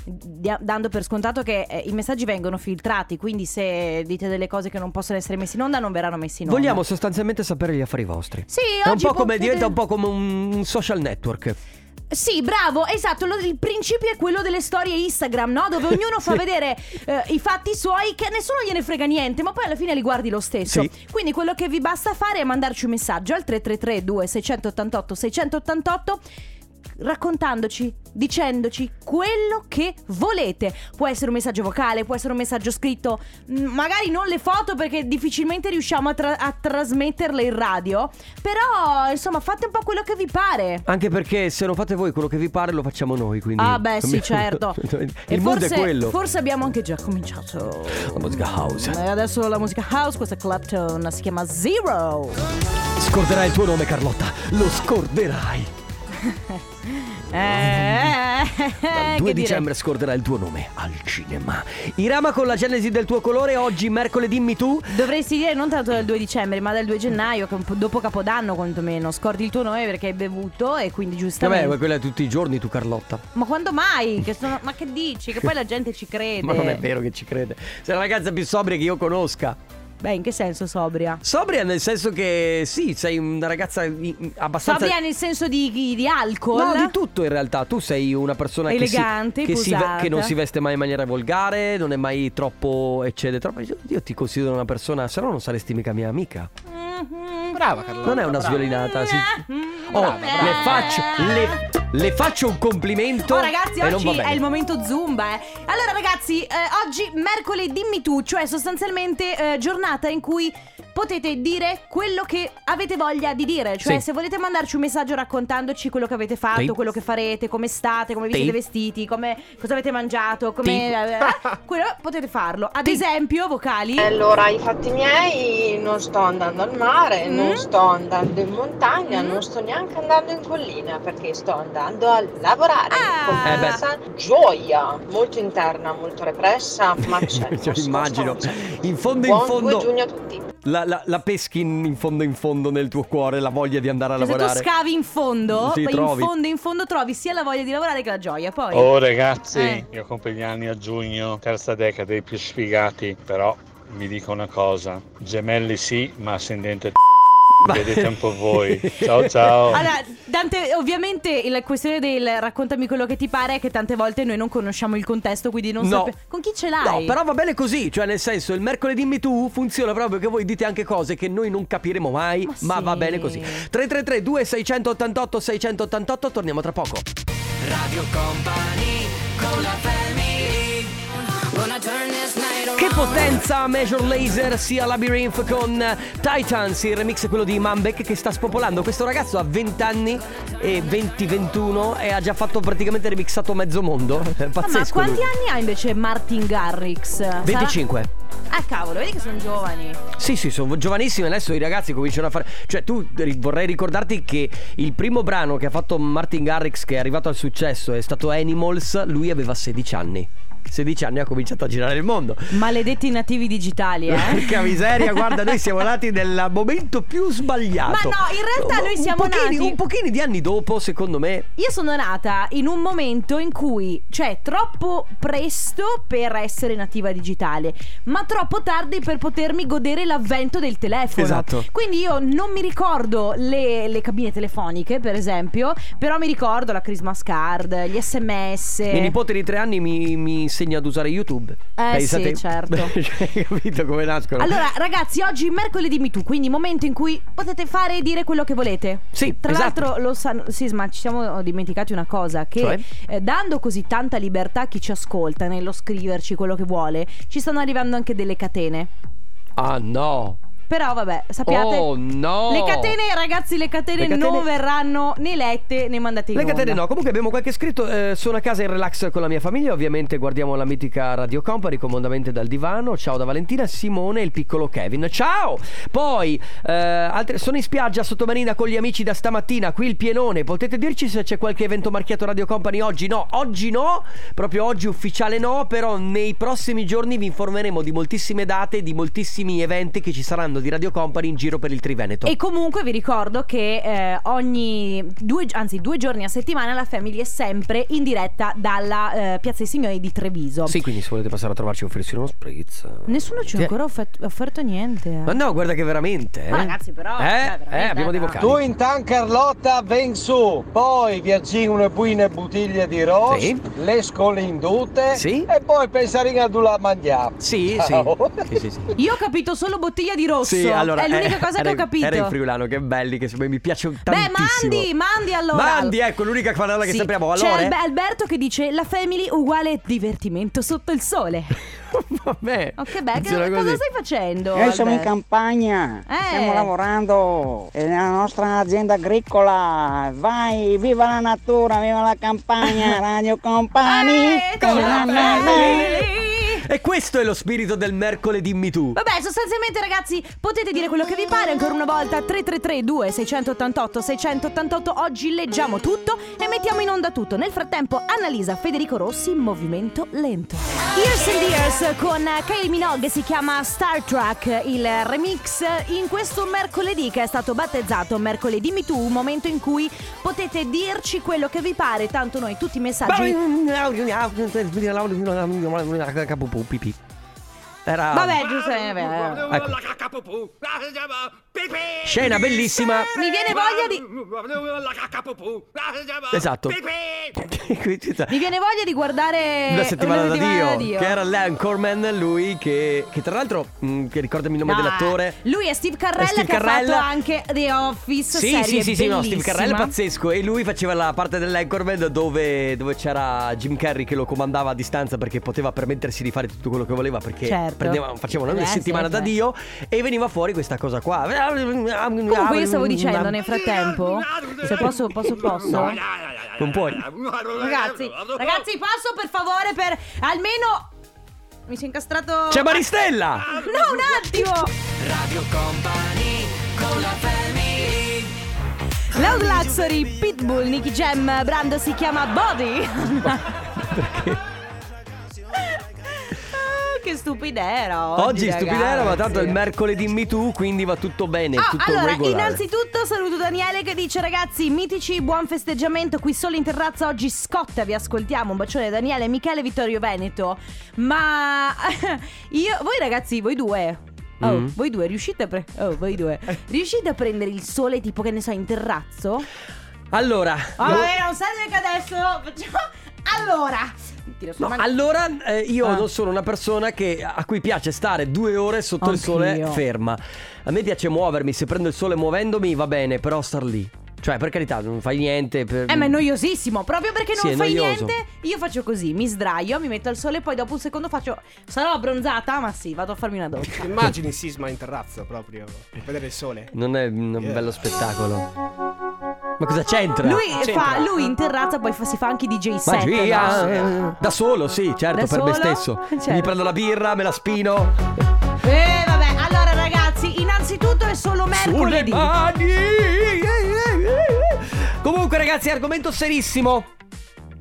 Speaker 2: dia- dando per scontato che eh, i messaggi vengono filtrati, quindi se dite delle cose che non possono essere messe in onda non verranno messi in onda.
Speaker 4: Vogliamo sostanzialmente sapere gli affari vostri.
Speaker 2: Sì,
Speaker 4: È un
Speaker 2: oggi
Speaker 4: po' come,
Speaker 2: potete-
Speaker 4: diventa un po' come un social network.
Speaker 2: Sì, bravo, esatto. lo- il principio è quello delle storie Instagram, no? Dove ognuno fa
Speaker 4: Sì.
Speaker 2: vedere eh, i fatti suoi che a nessuno gliene frega niente, ma poi alla fine li guardi lo stesso.
Speaker 4: Sì.
Speaker 2: Quindi quello che vi basta fare è mandarci un messaggio al 333 2688 688 raccontandoci, dicendoci quello che volete. Può essere un messaggio vocale, può essere un messaggio scritto, mh, magari non le foto perché difficilmente riusciamo a, tra- a trasmetterle in radio, però insomma fate un po' quello che vi pare.
Speaker 4: Anche perché se non fate voi quello che vi pare lo facciamo noi, quindi...
Speaker 2: Ah beh sì certo
Speaker 4: Il
Speaker 2: E
Speaker 4: mood
Speaker 2: forse,
Speaker 4: è quello.
Speaker 2: Forse abbiamo anche già cominciato
Speaker 4: La musica house.
Speaker 2: Eh, Adesso la musica house Questa Clapton si chiama Zero
Speaker 4: Scorderai il tuo nome Carlotta, lo scorderai.
Speaker 2: Eh, eh, eh,
Speaker 4: Dal 2
Speaker 2: eh, che dire?
Speaker 4: dicembre scorderai il tuo nome al cinema. Irama con la genesi del tuo colore, oggi mercoledì dimmi tu.
Speaker 2: Dovresti dire non tanto del 2 dicembre Ma del 2 gennaio che è un po' Dopo Capodanno quantomeno Scordi il tuo nome perché hai bevuto E quindi giustamente
Speaker 4: Vabbè, ma quella è tutti i giorni tu Carlotta.
Speaker 2: Ma quando mai? Che sono- Ma che dici? Che poi la gente ci crede
Speaker 4: Ma non è vero che ci crede. Sei la ragazza più sobria che io conosca.
Speaker 2: Beh in che senso sobria?
Speaker 4: Sobria nel senso che sì, sei una ragazza i- abbastanza...
Speaker 2: Sobria nel senso di, di alcol
Speaker 4: No, di tutto in realtà. Tu sei una persona
Speaker 2: Elegante,
Speaker 4: che, si, che, si ve-
Speaker 2: posata.
Speaker 4: che non si veste mai in maniera volgare, non è mai troppo eccede troppo. Io- Io ti considero una persona, se no non saresti mica mia amica.
Speaker 5: Brava Eh. Carlotta.
Speaker 4: Non è una sviolinata, sì. Oh,
Speaker 2: Brava, brava.
Speaker 4: le faccio le, le faccio un complimento.
Speaker 2: Oh ragazzi,
Speaker 4: e non va
Speaker 2: oggi
Speaker 4: bene.
Speaker 2: è il momento zumba. eh. Allora ragazzi, eh, oggi mercoledì dimmi tu, cioè sostanzialmente eh, giornata in cui potete dire quello che avete voglia di dire, cioè
Speaker 4: Sì.
Speaker 2: se volete mandarci un messaggio raccontandoci quello che avete fatto,
Speaker 4: Sì.
Speaker 2: quello che farete, come state, come vi
Speaker 4: Sì.
Speaker 2: siete vestiti, come cosa avete mangiato,
Speaker 4: Sì.
Speaker 2: come eh, quello potete farlo. Ad esempio, vocali.
Speaker 10: Allora, i fatti miei non sto andando al mare,
Speaker 2: Mm.
Speaker 10: non sto andando in montagna,
Speaker 2: Mm.
Speaker 10: non sto neanche andando in collina perché sto andando a lavorare
Speaker 2: Ah.
Speaker 10: con
Speaker 4: Eh beh.
Speaker 10: questa gioia molto interna, molto repressa, ma c'è.
Speaker 4: Cioè,
Speaker 10: nascosta,
Speaker 4: immagino.
Speaker 10: c'è.
Speaker 4: In fondo, in
Speaker 10: Buon
Speaker 4: fondo.
Speaker 10: 2 giugno a tutti.
Speaker 4: La, la- la peschi in, in fondo in fondo nel tuo cuore la voglia di andare a
Speaker 2: Cioè, se tu
Speaker 4: lavorare.
Speaker 2: scavi in fondo,
Speaker 4: Sì,
Speaker 2: poi in
Speaker 4: trovi.
Speaker 2: fondo in fondo trovi sia la voglia di lavorare che la gioia, poi
Speaker 11: Oh ragazzi,
Speaker 2: Eh.
Speaker 11: io compio gli anni a giugno, terza decade dei più sfigati, però vi dico una cosa, gemelli sì, ma ascendente
Speaker 4: Ma-
Speaker 11: vedete un po' voi. Ciao ciao.
Speaker 2: Allora, Dante, ovviamente la questione del raccontami quello che ti pare è che tante volte noi non conosciamo il contesto, quindi non
Speaker 4: No.
Speaker 2: sappiamo. Con chi ce
Speaker 4: No,
Speaker 2: l'hai?
Speaker 4: però va bene così, cioè nel senso il mercoledì dimmi tu funziona proprio che voi dite anche cose che noi non capiremo mai,
Speaker 2: Ma
Speaker 4: ma,
Speaker 2: sì.
Speaker 4: va bene così. 333 2688 688 torniamo tra poco. Che potenza Major Laser sia Labyrinth con Titans, il remix è quello di Mambek che sta spopolando. Questo ragazzo ha 20 anni e 20-21 e ha già fatto praticamente remixato mezzo mondo. È
Speaker 2: Ah, ma
Speaker 4: pazzesco.
Speaker 2: quanti
Speaker 4: lui.
Speaker 2: anni ha invece Martin Garrix? Sarà-
Speaker 4: 25.
Speaker 2: Ah, cavolo, vedi che sono giovani.
Speaker 4: Sì, sì, sono giovanissimi. Adesso i ragazzi cominciano a fare. Cioè, tu ri- vorrei ricordarti che il primo brano che ha fatto Martin Garrix, che è arrivato al successo, è stato Animals. Lui aveva 16 anni. 16 anni ha cominciato a girare il mondo.
Speaker 2: Maledetti nativi digitali, eh.
Speaker 4: Porca miseria, guarda, noi siamo nati nel momento più sbagliato.
Speaker 2: Ma no, in realtà noi
Speaker 4: Un
Speaker 2: siamo
Speaker 4: pochini-
Speaker 2: nati-
Speaker 4: Un pochino di anni dopo, secondo me.
Speaker 2: Io sono nata in un momento in cui, cioè, troppo presto per essere nativa digitale, ma troppo tardi per potermi godere l'avvento del telefono.
Speaker 4: Esatto.
Speaker 2: Quindi io non mi ricordo le, le cabine telefoniche, per esempio, però mi ricordo la Christmas card, gli sms.
Speaker 4: Mio nipote di tre anni mi, mi insegna ad usare YouTube. Pensate-
Speaker 2: Eh sì, certo.
Speaker 4: Cioè, Hai capito come nascono?
Speaker 2: Allora, ragazzi, oggi è mercoledì mi tu, quindi momento in cui potete fare e dire quello che volete.
Speaker 4: Sì,
Speaker 2: Tra
Speaker 4: esatto.
Speaker 2: l'altro, lo sanno, Sisma, ci siamo dimenticati una cosa: che
Speaker 4: Cioè?
Speaker 2: eh, dando così tanta libertà a chi ci ascolta nello scriverci quello che vuole, ci stanno arrivando anche delle catene.
Speaker 4: Ah, no.
Speaker 2: Però vabbè, sappiate.
Speaker 4: Oh, no.
Speaker 2: Le catene, ragazzi, le
Speaker 4: Le
Speaker 2: catene,
Speaker 4: catene-
Speaker 2: non verranno né lette né mandate in
Speaker 4: Le
Speaker 2: onda.
Speaker 4: catene no, comunque abbiamo qualche scritto, eh, sono a casa in relax con la mia famiglia, ovviamente guardiamo la mitica Radio Company comodamente dal divano, ciao da Valentina, Simone e il piccolo Kevin, ciao! Poi, eh, altre- sono in spiaggia a sottomarina con gli amici da stamattina, qui il pienone, potete dirci se c'è qualche evento marchiato Radio Company oggi? No, oggi no, proprio oggi ufficiale no, però nei prossimi giorni vi informeremo di moltissime date, di moltissimi eventi che ci saranno di Radio Company in giro per il Triveneto.
Speaker 2: E comunque vi ricordo che eh, ogni due, anzi, due giorni a settimana la Family è sempre in diretta dalla eh, Piazza dei Signori di Treviso.
Speaker 4: Sì, quindi se volete passare a trovarci offrirsi uno spritz. eh.
Speaker 2: Nessuno ci ha
Speaker 4: Sì.
Speaker 2: ancora offert- offerto niente. eh.
Speaker 4: Ma no, guarda che veramente. Eh.
Speaker 2: Ma ragazzi, però,
Speaker 4: Eh,
Speaker 2: cioè, veramente,
Speaker 4: eh, abbiamo dei
Speaker 2: no.
Speaker 4: vocali.
Speaker 3: Tu intanto Carlotta ben su, poi viaggi una buona bottiglia di rose,
Speaker 4: Sì.
Speaker 3: le scolindute
Speaker 4: Sì.
Speaker 3: e poi pensare a tu la mangiare.
Speaker 4: Sì, sì.
Speaker 3: Ciao.
Speaker 4: sì, sì, sì.
Speaker 2: Io ho capito solo bottiglia di rosso. rosso.
Speaker 4: Sì, allora,
Speaker 2: è l'unica
Speaker 4: eh,
Speaker 2: cosa
Speaker 4: era
Speaker 2: che ho
Speaker 4: in-
Speaker 2: capito.
Speaker 4: Era in friulano, che belli, che mi piace
Speaker 2: Beh,
Speaker 4: tantissimo.
Speaker 2: mandi, mandi allora.
Speaker 4: Mandi, ecco l'unica parola che
Speaker 2: Sì.
Speaker 4: sappiamo. Allora, eh.
Speaker 2: C'è Albe- Alberto che dice la family uguale divertimento sotto il sole.
Speaker 4: Vabbè.
Speaker 2: Ok, beh, che-
Speaker 4: Funziona
Speaker 2: cosa
Speaker 4: così.
Speaker 2: stai facendo?
Speaker 12: Noi Eh, siamo in
Speaker 2: Alberto?
Speaker 12: campagna,
Speaker 2: Eh.
Speaker 12: stiamo lavorando è nella nostra azienda agricola. Vai, viva la natura, viva la campagna, Radio Company.
Speaker 2: Eh,
Speaker 12: Na, na, na.
Speaker 4: E questo è lo spirito del mercoledì Me Too.
Speaker 2: Vabbè, sostanzialmente ragazzi, potete dire quello che vi pare ancora una volta 333 2688 688. Oggi leggiamo tutto e mettiamo in onda tutto. Nel frattempo Annalisa Federico Rossi movimento lento. Years and Years con Kylie Minogue si chiama Star Trek, il remix in questo mercoledì che è stato battezzato mercoledì Me Too, un momento in cui potete dirci quello che vi pare, tanto noi tutti i messaggi
Speaker 4: Era
Speaker 2: Vabbè, Giuseppe. eh.
Speaker 4: Ecco. Scena bellissima.
Speaker 2: Mi viene voglia di
Speaker 4: Esatto.
Speaker 2: Mi viene voglia di guardare
Speaker 4: Una settimana da
Speaker 2: Eh, Una
Speaker 4: Dio,
Speaker 2: settimana
Speaker 4: che era l'anchorman lui che, che tra l'altro mh, che ricordami il nome
Speaker 2: No,
Speaker 4: dell'attore
Speaker 2: Lui è Steve Carrell
Speaker 4: È Steve
Speaker 2: che
Speaker 4: Carrell.
Speaker 2: ha fatto anche The Office.
Speaker 4: sì,
Speaker 2: serie
Speaker 4: sì, sì, sì, no, Steve
Speaker 2: bellissima.
Speaker 4: Carrell è pazzesco. E lui faceva la parte dell'Anchorman dove, dove c'era Jim Carrey che lo comandava a distanza perché poteva permettersi di fare tutto quello che voleva perché
Speaker 2: Certo.
Speaker 4: prendeva- facevano
Speaker 2: Eh,
Speaker 4: una
Speaker 2: sì,
Speaker 4: settimana da
Speaker 2: certo.
Speaker 4: Dio e veniva fuori questa cosa qua.
Speaker 2: Comunque io stavo dicendo nel frattempo, se posso, posso, posso.
Speaker 4: Non puoi.
Speaker 2: Ragazzi, ragazzi, posso per favore per almeno... Mi si è incastrato...
Speaker 4: C'è Maristella!
Speaker 2: No, un attimo!
Speaker 3: Radio Company con la family
Speaker 2: Loud Luxury, Pitbull, Nicky Jam, Brando si chiama Body. Ah, che stupidera oggi.
Speaker 4: Oggi stupidera, ma tanto è il
Speaker 2: mercato
Speaker 4: mercoledì Me Too, quindi va tutto bene,
Speaker 2: Ah,
Speaker 4: tutto
Speaker 2: allora,
Speaker 4: regolare.
Speaker 2: innanzitutto saluto Daniele che dice ragazzi, mitici, buon festeggiamento qui solo in terrazza oggi Scotta, vi ascoltiamo, un bacione Daniele, Michele, Vittorio Veneto. Ma io voi ragazzi, voi due Oh,
Speaker 4: Mm.
Speaker 2: voi due riuscite a pre- oh, voi due. Riuscite a prendere il sole tipo che ne so in terrazzo?
Speaker 4: Allora,
Speaker 2: Ah,
Speaker 4: no-
Speaker 2: vabbè, non serve che adesso facciamo- Allora, tiro su
Speaker 4: no,
Speaker 2: mani-
Speaker 4: allora eh, io
Speaker 2: Ah.
Speaker 4: non sono una persona che- a cui piace stare due ore sotto il sole
Speaker 2: Anch'io.
Speaker 4: ferma. A me piace muovermi, se prendo il sole muovendomi va bene, però star lì. Cioè, per carità, non fai niente. per-
Speaker 2: Eh, ma è noiosissimo. Proprio perché non
Speaker 4: Mm. Sì, è
Speaker 2: fai
Speaker 4: noioso.
Speaker 2: niente, io faccio così: mi sdraio, mi metto al sole, poi dopo un secondo faccio. Sarò abbronzata? Ma sì, vado a farmi una doccia.
Speaker 13: Immagini Sisma in terrazza proprio, per vedere il sole.
Speaker 4: Non è un bello spettacolo. Ma cosa c'entra?
Speaker 2: Lui,
Speaker 4: C'entra.
Speaker 2: fa, lui in terrazza poi fa- si fa anche DJ set.
Speaker 4: Magia!
Speaker 2: no?
Speaker 4: eh, Da solo, sì, certo,
Speaker 2: Da
Speaker 4: per me
Speaker 2: solo?
Speaker 4: stesso. Mi
Speaker 2: Certo.
Speaker 4: prendo la birra, me la spino.
Speaker 2: Eh, vabbè, allora ragazzi, innanzitutto è solo mercoledì.
Speaker 4: Sulle mani! Comunque, ragazzi, argomento serissimo.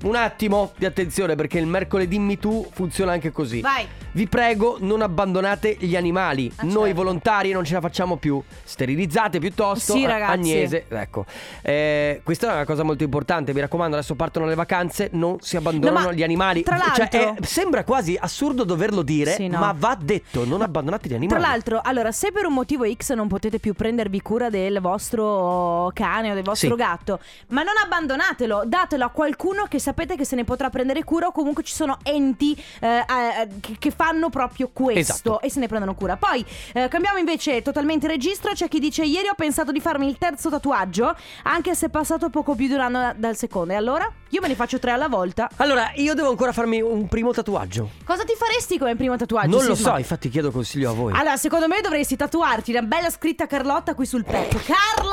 Speaker 4: Un attimo di attenzione perché il mercoledì Me Too funziona anche così.
Speaker 2: Vai.
Speaker 4: Vi prego, non abbandonate gli animali.
Speaker 2: Ah, certo.
Speaker 4: Noi volontari non ce la facciamo più. Sterilizzate piuttosto.
Speaker 2: Sì,
Speaker 4: a-
Speaker 2: ragazzi.
Speaker 4: Agnese, ecco. Eh, questa è una cosa molto importante. Mi raccomando, adesso partono le vacanze. Non si abbandonano
Speaker 2: No, ma
Speaker 4: gli animali.
Speaker 2: tra
Speaker 4: Cioè,
Speaker 2: l'altro-
Speaker 4: è- sembra quasi assurdo doverlo dire,
Speaker 2: Sì, no.
Speaker 4: ma va detto: non abbandonate gli animali.
Speaker 2: Tra l'altro, allora, se per un motivo X non potete più prendervi cura del vostro cane o del vostro
Speaker 4: Sì.
Speaker 2: gatto, ma non abbandonatelo, datelo a qualcuno che sapete che se ne potrà prendere cura o comunque ci sono enti eh, eh, che- che fanno proprio questo
Speaker 4: Esatto.
Speaker 2: e se ne prendono cura. Poi eh, cambiamo invece totalmente registro, c'è chi dice ieri ho pensato di farmi il terzo tatuaggio, anche se è passato poco più di un anno da- dal secondo. E allora io me ne faccio tre alla volta.
Speaker 4: Allora, io devo ancora farmi un primo tatuaggio.
Speaker 2: Cosa ti faresti come primo tatuaggio?
Speaker 4: Non lo
Speaker 2: Sisma?
Speaker 4: so, infatti chiedo consiglio a voi.
Speaker 2: Allora, secondo me dovresti tatuarti una bella scritta Carlotta qui sul petto.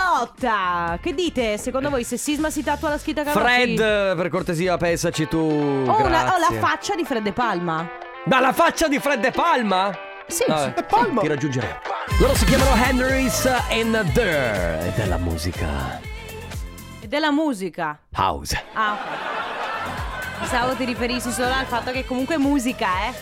Speaker 2: Carlotta! Che dite? Secondo voi se Sisma si tatua la scritta Carlotta?
Speaker 4: Fred,
Speaker 2: sì?
Speaker 4: per cortesia, pensaci tu.
Speaker 2: O una- o
Speaker 4: grazie.
Speaker 2: la faccia di Fred De Palma.
Speaker 4: Dalla faccia di Fred De Palma?
Speaker 2: Sì,
Speaker 4: Vabbè,
Speaker 2: De Palma.
Speaker 4: Ti raggiungerò. Loro si chiamano Henry's and There. Ed è la musica.
Speaker 2: E della musica.
Speaker 4: House.
Speaker 2: Ah, ok. Pensavo ti riferissi solo al fatto che comunque è musica, eh.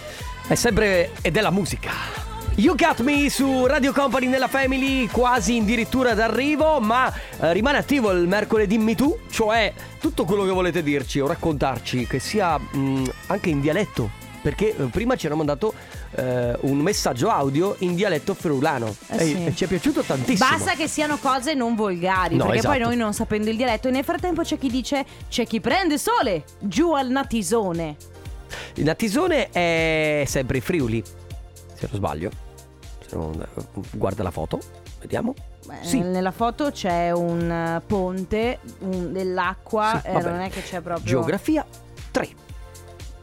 Speaker 4: È sempre. Ed è la musica. You Got Me su Radio Company nella Family, quasi addirittura d'arrivo, ma eh, rimane attivo il mercoledì Me Too, cioè tutto quello che volete dirci o raccontarci, che sia mh, anche in dialetto, perché eh, prima ci hanno mandato eh, un messaggio audio in dialetto friulano
Speaker 2: Eh sì.
Speaker 4: e, e ci è piaciuto tantissimo.
Speaker 2: Basta che siano cose non volgari,
Speaker 4: No,
Speaker 2: perché poi
Speaker 4: esatto.
Speaker 2: noi non sapendo il dialetto, nel frattempo c'è chi dice c'è chi prende sole giù al natisone.
Speaker 4: Il natisone è sempre in Friuli, se non sbaglio. Guarda la foto, vediamo.
Speaker 2: Beh,
Speaker 4: Sì.
Speaker 2: Eh, Nella foto c'è un eh, ponte un- dell'acqua,
Speaker 4: Sì,
Speaker 2: eh,
Speaker 4: vabbè.
Speaker 2: non è che c'è proprio...
Speaker 4: Geografia 3.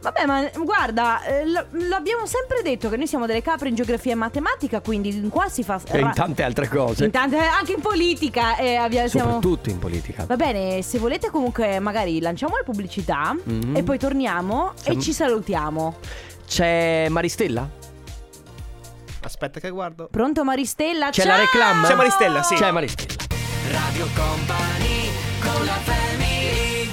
Speaker 2: Vabbè, ma guarda, eh, lo- l'abbiamo sempre detto che noi siamo delle capre in geografia e matematica, quindi in qua si fa...
Speaker 4: E in tante altre cose.
Speaker 2: In tante- eh, anche in politica. eh, abbiamo- siamo-
Speaker 4: Soprattutto in politica.
Speaker 2: Va bene, se volete comunque magari lanciamo la pubblicità
Speaker 4: Mhm.
Speaker 2: e poi torniamo
Speaker 4: Siamo-
Speaker 2: e ci salutiamo.
Speaker 4: C'è Maristella?
Speaker 13: Aspetta che guardo.
Speaker 2: Pronto Maristella?
Speaker 4: C'è
Speaker 2: Ciao!
Speaker 4: la reclama?
Speaker 13: C'è Maristella, sì.
Speaker 4: C'è Maristella.
Speaker 3: Radio Company con la family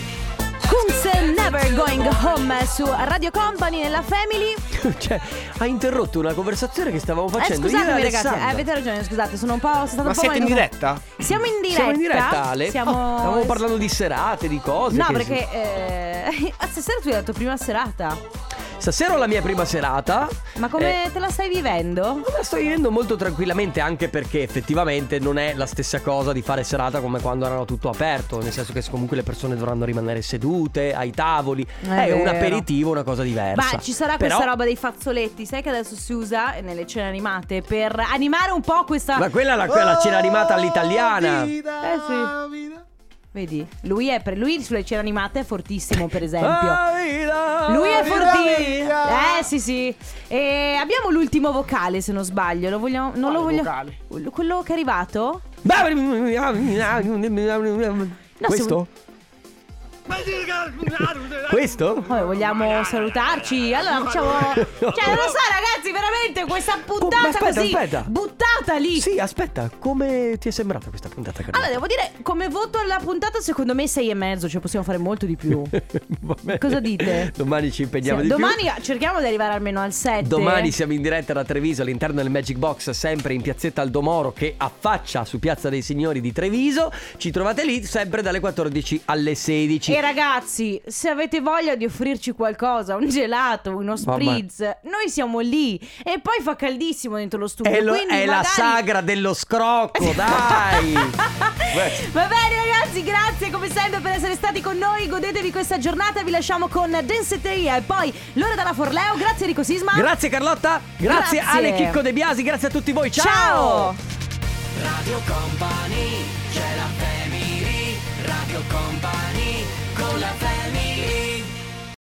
Speaker 2: Kunz Never Going Home eh, su Radio Company nella Family.
Speaker 4: cioè, ha interrotto una conversazione che stavamo
Speaker 2: Eh,
Speaker 4: facendo io e
Speaker 2: scusatemi ragazzi,
Speaker 4: Alessandra.
Speaker 2: eh, avete ragione, scusate, sono un po'... Sono stata un po' maleducata. Siamo in diretta.
Speaker 4: Siamo in diretta, Ale.
Speaker 2: Siamo-
Speaker 4: Oh, stavamo parlando di serate, di cose.
Speaker 2: No,
Speaker 4: che-
Speaker 2: perché eh, stasera tu hai la tua prima serata.
Speaker 4: Stasera ho la mia prima serata.
Speaker 2: Ma come
Speaker 4: Eh.
Speaker 2: te la stai vivendo?
Speaker 4: La sto vivendo molto tranquillamente anche perché effettivamente non è la stessa cosa di fare serata come quando erano tutto aperto, nel senso che comunque le persone dovranno rimanere sedute ai tavoli,
Speaker 2: Eh, È
Speaker 4: è, un
Speaker 2: vero.
Speaker 4: aperitivo, una cosa diversa.
Speaker 2: Ma ci sarà
Speaker 4: Però-
Speaker 2: questa roba dei fazzoletti, sai che adesso si usa nelle cene animate per animare un po' questa.
Speaker 4: Ma quella è la, quella cena animata all'italiana.
Speaker 2: Eh sì. Vedi, lui, è per, lui sulle cene animate è fortissimo, per
Speaker 4: Ah,
Speaker 2: esempio. Lui è fortissimo. Eh sì sì. E abbiamo l'ultimo vocale, se non sbaglio. Lo vogliamo. Non lo vogliamo. Quello che è arrivato?
Speaker 4: Questo? Questo?
Speaker 2: Poi Oh, vogliamo salutarci. Allora facciamo. Cioè, non lo so, ragazzi, veramente questa puntata
Speaker 4: aspetta,
Speaker 2: così
Speaker 4: aspetta.
Speaker 2: buttata lì.
Speaker 4: Sì, aspetta, come ti è sembrata questa puntata? Carlotta?
Speaker 2: Allora, devo dire, come voto alla puntata, secondo me 6 e mezzo, cioè possiamo fare molto di più.
Speaker 4: Va bene.
Speaker 2: Cosa dite?
Speaker 4: Domani ci impegniamo
Speaker 2: Sì,
Speaker 4: di più.
Speaker 2: domani cerchiamo di arrivare almeno al 7.
Speaker 4: Domani siamo in diretta da Treviso all'interno del Magic Box, sempre in piazzetta Aldomoro che affaccia su Piazza dei Signori di Treviso. Ci trovate lì sempre dalle 14 alle 16.
Speaker 2: E ragazzi, se avete voglia di offrirci qualcosa, un gelato, uno spritz, noi siamo lì. E poi fa caldissimo dentro lo studio.
Speaker 4: È, lo-
Speaker 2: quindi
Speaker 4: è la
Speaker 2: magari-
Speaker 4: sagra dello scrocco, dai!
Speaker 2: Va bene ragazzi, grazie come sempre per essere stati con noi. Godetevi questa giornata, vi lasciamo con Denseteria e poi l'ora dalla Forleo. Grazie Rico Sisma.
Speaker 4: Grazie Carlotta, grazie,
Speaker 2: Grazie.
Speaker 4: Ale Chicco De Biasi, grazie a tutti voi,
Speaker 2: Ciao!
Speaker 3: Radio Company c'è la family Radio Company con la family